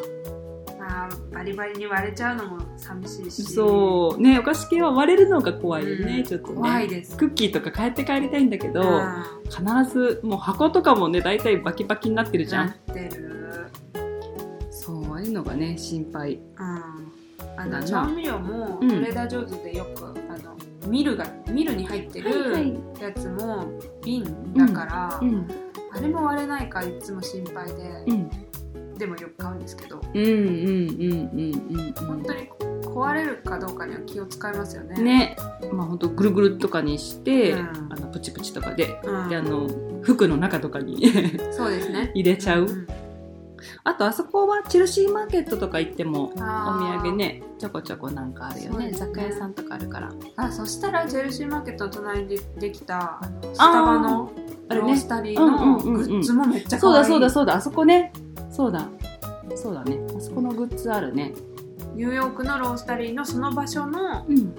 Speaker 2: ーあーバリバリに割れちゃうのも寂しいし
Speaker 1: そうねお菓子系は割れるのが怖いよね、
Speaker 2: うん
Speaker 1: ちょっとね
Speaker 2: 怖いです
Speaker 1: クッキーとか買って帰りたいんだけど
Speaker 2: あー
Speaker 1: 必ずもう箱とかもね大体バキバキになってるじゃん、
Speaker 2: なってる
Speaker 1: そうああいうのがね心配
Speaker 2: うん
Speaker 1: な
Speaker 2: あ
Speaker 1: ん
Speaker 2: の
Speaker 1: だ
Speaker 2: 調味料も
Speaker 1: うん
Speaker 2: トレーダー・ジョーズでよく、あのミルがミルに入ってるやつも瓶だから、
Speaker 1: うん
Speaker 2: あれも割れないからいつも心配で
Speaker 1: う、ん
Speaker 2: でもよく買うんですけど
Speaker 1: うんうんうんうんうん
Speaker 2: 本当に壊れるかどうかには気を使いますよね。
Speaker 1: ねまあ本当ぐるぐるっとかにして、
Speaker 2: うん
Speaker 1: あのプチプチとかで
Speaker 2: うん
Speaker 1: であの服の中とかに
Speaker 2: そうですね
Speaker 1: 入れちゃう、
Speaker 2: ん
Speaker 1: あとあそこはチェルシーマーケットとか行ってもお
Speaker 2: あ
Speaker 1: 土
Speaker 2: ー
Speaker 1: 産ねちょこちょこなんかあるよ
Speaker 2: そう
Speaker 1: ね
Speaker 2: ですね
Speaker 1: 雑貨屋さんとかあるから
Speaker 2: あそしたらチェルシーマーケットの隣でできたあのスタバの
Speaker 1: あれ
Speaker 2: ロー
Speaker 1: ね
Speaker 2: スタリー
Speaker 1: うんうん
Speaker 2: の
Speaker 1: うん
Speaker 2: グ
Speaker 1: うん
Speaker 2: ッズもめっちゃ
Speaker 1: そう
Speaker 2: 可愛
Speaker 1: だ
Speaker 2: い
Speaker 1: そうだそうだあそこねそうだそうだねあそこのグッズあるね
Speaker 2: ニューヨークのロースタリーのその場所の
Speaker 1: うん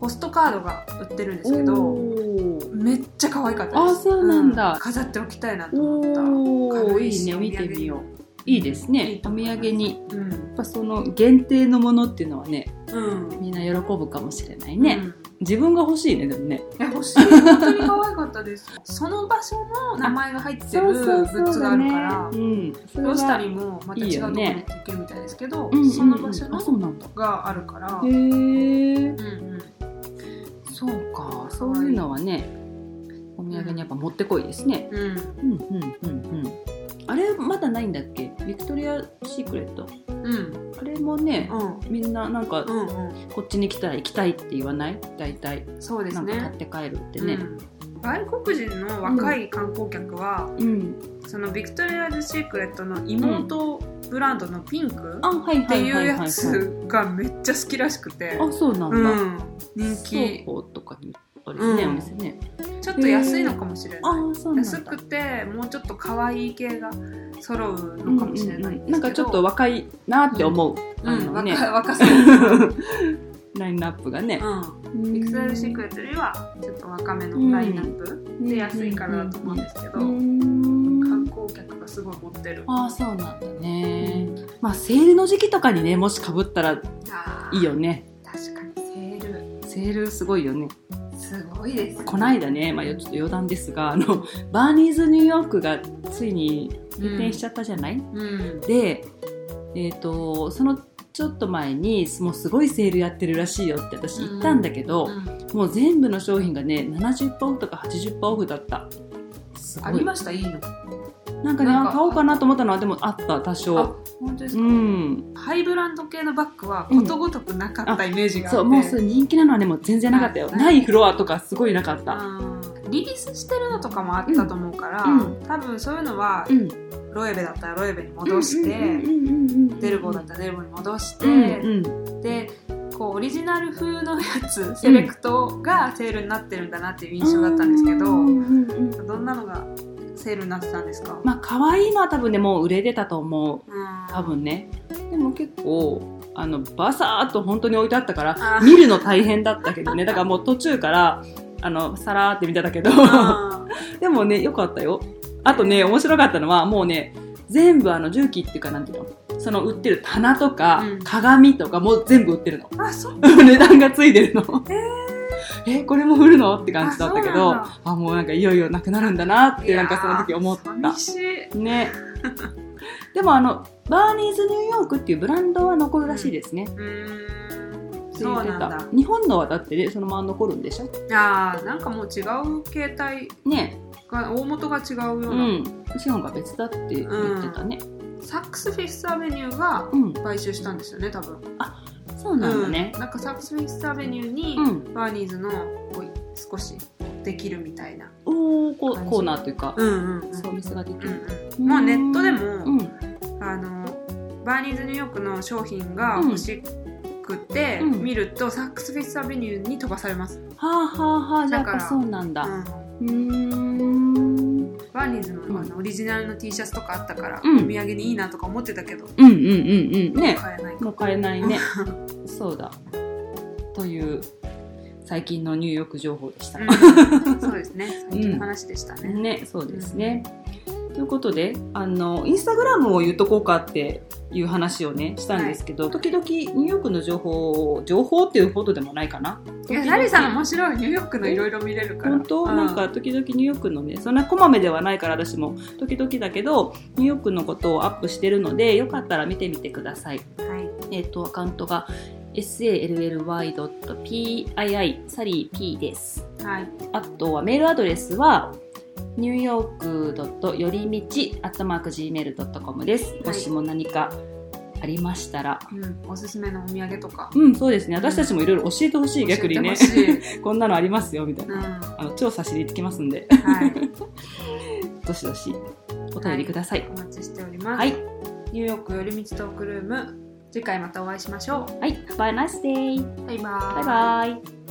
Speaker 2: ポストカードが売ってるんですけ
Speaker 1: お
Speaker 2: ど
Speaker 1: ー
Speaker 2: めっちゃ可愛かったです
Speaker 1: あそうなんだ
Speaker 2: う飾っておきたいなと思っ
Speaker 1: おー
Speaker 2: 軽
Speaker 1: い
Speaker 2: いし
Speaker 1: いね
Speaker 2: お
Speaker 1: 見
Speaker 2: 土産
Speaker 1: てみよういいです
Speaker 2: い
Speaker 1: ね
Speaker 2: い
Speaker 1: お
Speaker 2: と
Speaker 1: 土
Speaker 2: 思います
Speaker 1: 産に
Speaker 2: たう
Speaker 1: や
Speaker 2: ん
Speaker 1: っぱその限定のものっていうのはね
Speaker 2: うん
Speaker 1: みんな喜ぶかもしれないね、
Speaker 2: うん
Speaker 1: 自分が欲しいねでもね
Speaker 2: え欲しい本当に可愛かったですその場所の名前が入ってるグッズがあるから
Speaker 1: うんそれ
Speaker 2: ロースタ
Speaker 1: は
Speaker 2: リーもまた違うところに行けるみたいですけど
Speaker 1: うんうんうん
Speaker 2: その場所
Speaker 1: あ
Speaker 2: の
Speaker 1: そうなんだ
Speaker 2: があるから、
Speaker 1: へえ
Speaker 2: うんうん、
Speaker 1: そうかそういうのはねお土産にやっぱ持ってこいですね
Speaker 2: うん
Speaker 1: うんうんうんうんあれまだないんだっけビクトリアシークレット
Speaker 2: うん
Speaker 1: あれもね
Speaker 2: うん
Speaker 1: みんななんか
Speaker 2: うんう
Speaker 1: こっちに来たら行きたいって言わない大体
Speaker 2: んそうです
Speaker 1: なんか買っ
Speaker 2: ね
Speaker 1: て帰るってね
Speaker 2: うん外国人の若い観光客は、
Speaker 1: うん
Speaker 2: そのビクトリア・ズ・シークレットの妹ブランドのピンク
Speaker 1: あはい
Speaker 2: っ
Speaker 1: は
Speaker 2: て
Speaker 1: い
Speaker 2: い
Speaker 1: は
Speaker 2: う
Speaker 1: いはい
Speaker 2: や
Speaker 1: はい
Speaker 2: つがめっちゃ好きらしくて、
Speaker 1: あそうなんだ
Speaker 2: うん、
Speaker 1: 倉
Speaker 2: 人気
Speaker 1: 庫とかにあるよね、
Speaker 2: うん
Speaker 1: お店ね
Speaker 2: ちょっと安いのかもしれない、
Speaker 1: ああそうなんだ
Speaker 2: 安くてもうちょっと可愛い系が揃うのかもしれない
Speaker 1: うんうん
Speaker 2: ですけど、
Speaker 1: うんなんかちょっと若いなって思う、あ
Speaker 2: うん、
Speaker 1: のね
Speaker 2: 若若そう、
Speaker 1: ラインナップがね、
Speaker 2: うん
Speaker 1: うん
Speaker 2: ビクトリアシークレットよりはちょっと若めのラインナップで安いからだと思うんですけど、
Speaker 1: うん
Speaker 2: 観光客がすごい持ってる、
Speaker 1: ああそうなんだねまあセールの時期とかにねもしかぶったら
Speaker 2: あー
Speaker 1: いいよね
Speaker 2: 確かにセー
Speaker 1: セールすごいよね
Speaker 2: ルすごいです
Speaker 1: こないだね、まあ、ちょっと余談ですがあのバーニーズニューヨークがついに閉店しちゃったじゃない、
Speaker 2: うん
Speaker 1: で、えー、とそのちょっと前にもうすごいセールやってるらしいよって私言ったんだけど、
Speaker 2: うん
Speaker 1: もう全部の商品がね70%オフとか80%オフだったすご
Speaker 2: あ
Speaker 1: い
Speaker 2: りましたいいの
Speaker 1: なんかね
Speaker 2: なん
Speaker 1: あ
Speaker 2: か
Speaker 1: 買おうかなと思ったのはでもあった多
Speaker 2: あ
Speaker 1: 少
Speaker 2: 本当です
Speaker 1: う
Speaker 2: か、
Speaker 1: ん
Speaker 2: ハイブランド系のバッグはことごとくなかったイメージがあって、
Speaker 1: そうもうそれ人気なのはねもう全然なかったよ
Speaker 2: ない
Speaker 1: ないフロアとかすごいなかった
Speaker 2: うんリリースしてるのとかもあったと思うから、
Speaker 1: うん
Speaker 2: 多分そういうのは
Speaker 1: うん
Speaker 2: ロエベだったらロエベに戻して、デルボだったたらデルボに戻して、
Speaker 1: うんうん
Speaker 2: でこうオリジナル風のやつセレクトがセールになってるんだなっていう印象だったんですけど、
Speaker 1: うんうんうん
Speaker 2: どんなのがセールになってたんですか、
Speaker 1: まあ可愛いのは多分ねもう売れてたと思う
Speaker 2: うん
Speaker 1: 多分ねでも結構あのバサーっと本当に置いてあったから
Speaker 2: あー
Speaker 1: 見るの大変だったけどねだからもう途中からあのさらーって見てたけど
Speaker 2: あ
Speaker 1: でもね、良かったよ。あとね、面白かったのは、もうね、全部あの、重機っていうか、なんていうのその売ってる棚とか、
Speaker 2: うん
Speaker 1: 鏡とかも全部売ってるの。
Speaker 2: ーあそう
Speaker 1: 値段がついてるの。 えこれも売るのって感じだったけど、
Speaker 2: あ
Speaker 1: あもうなんかいよいよなくなるんだなって、なんかその時思っ
Speaker 2: いやー寂
Speaker 1: た。
Speaker 2: しい
Speaker 1: ね。 でもあの、バーニーズニューヨークっていうブランドは残るらしいですね。
Speaker 2: うーん
Speaker 1: って
Speaker 2: そ
Speaker 1: 言っ
Speaker 2: う
Speaker 1: て
Speaker 2: なん
Speaker 1: た
Speaker 2: だ
Speaker 1: 日本のはだってね、そのまま残るんでしょ
Speaker 2: あーなんかもう違う携帯
Speaker 1: ね。
Speaker 2: が大元が違うよ
Speaker 1: う
Speaker 2: うな、
Speaker 1: ん。資本が別だって言ってたね。
Speaker 2: サックスフィフスアベニューが
Speaker 1: うん。
Speaker 2: 買収したんですよね多分
Speaker 1: そうなんだね
Speaker 2: う。んなんかサークスフィスアベニューに
Speaker 1: うん。
Speaker 2: バーニーズのこう少しできるみたいな、
Speaker 1: おーこう
Speaker 2: 感じ
Speaker 1: コーナーというか、
Speaker 2: んうん
Speaker 1: そうお店ができ
Speaker 2: う
Speaker 1: る。
Speaker 2: んうん、まあネットでも、
Speaker 1: うん。
Speaker 2: あのバーニーズニューヨークの商品が欲しくて、
Speaker 1: うん
Speaker 2: 見るとサックスフィスアベニューに飛ばされます、
Speaker 1: はあはあはあ、じゃあ
Speaker 2: だか
Speaker 1: やっ
Speaker 2: ら
Speaker 1: ぱそうなんだ。
Speaker 2: う
Speaker 1: う
Speaker 2: ん
Speaker 1: ーん。
Speaker 2: バーニーズの,、
Speaker 1: うん
Speaker 2: あのオリジナルの T シャツとかあったから、
Speaker 1: うん
Speaker 2: お土産にいいなとか思ってたけど、
Speaker 1: うんうんうんうん。ね。
Speaker 2: 買えないか
Speaker 1: もう買えない ね。そうだ。という、最近のニューヨーク情報でした。
Speaker 2: うん、 そうですね最近の話でしたね、
Speaker 1: ね、そうですね。ということで、あの、インスタグラムを言っとこうかっていう話をね、したんですけど、時々ニューヨークの情報を、情報っていうほどでもないかな。
Speaker 2: いやサリさん面白いニューヨークのいろいろ見れるから
Speaker 1: 本当
Speaker 2: う
Speaker 1: なんか時々ニューヨークのね、そんなこまめではないから私も時々だけど、ニューヨークのことをアップしてるので、よかったら見てみてください。
Speaker 2: はい
Speaker 1: えっ、と、アカウントが sally.pii サリー p です。
Speaker 2: はい
Speaker 1: あとはメールアドレスは、ニューヨークよりみち、アットマーク gmail.com です。もしも何かありましたら。
Speaker 2: うん、おすすめのお土産とか
Speaker 1: うん、そうですね。私たちもいろいろ教えてほしい、逆に ね。
Speaker 2: 教えてほしい
Speaker 1: こんなのありますよ、みたい
Speaker 2: うん
Speaker 1: な。
Speaker 2: は
Speaker 1: あの、調査しに行ってきますんで、
Speaker 2: い
Speaker 1: どしどしお便りください。
Speaker 2: お待ちしております、
Speaker 1: はい。
Speaker 2: ニューヨーク寄り道トークルーム次回またお会いしましょ
Speaker 1: はい。Have a nice day!
Speaker 2: うバイバー
Speaker 1: バイバイ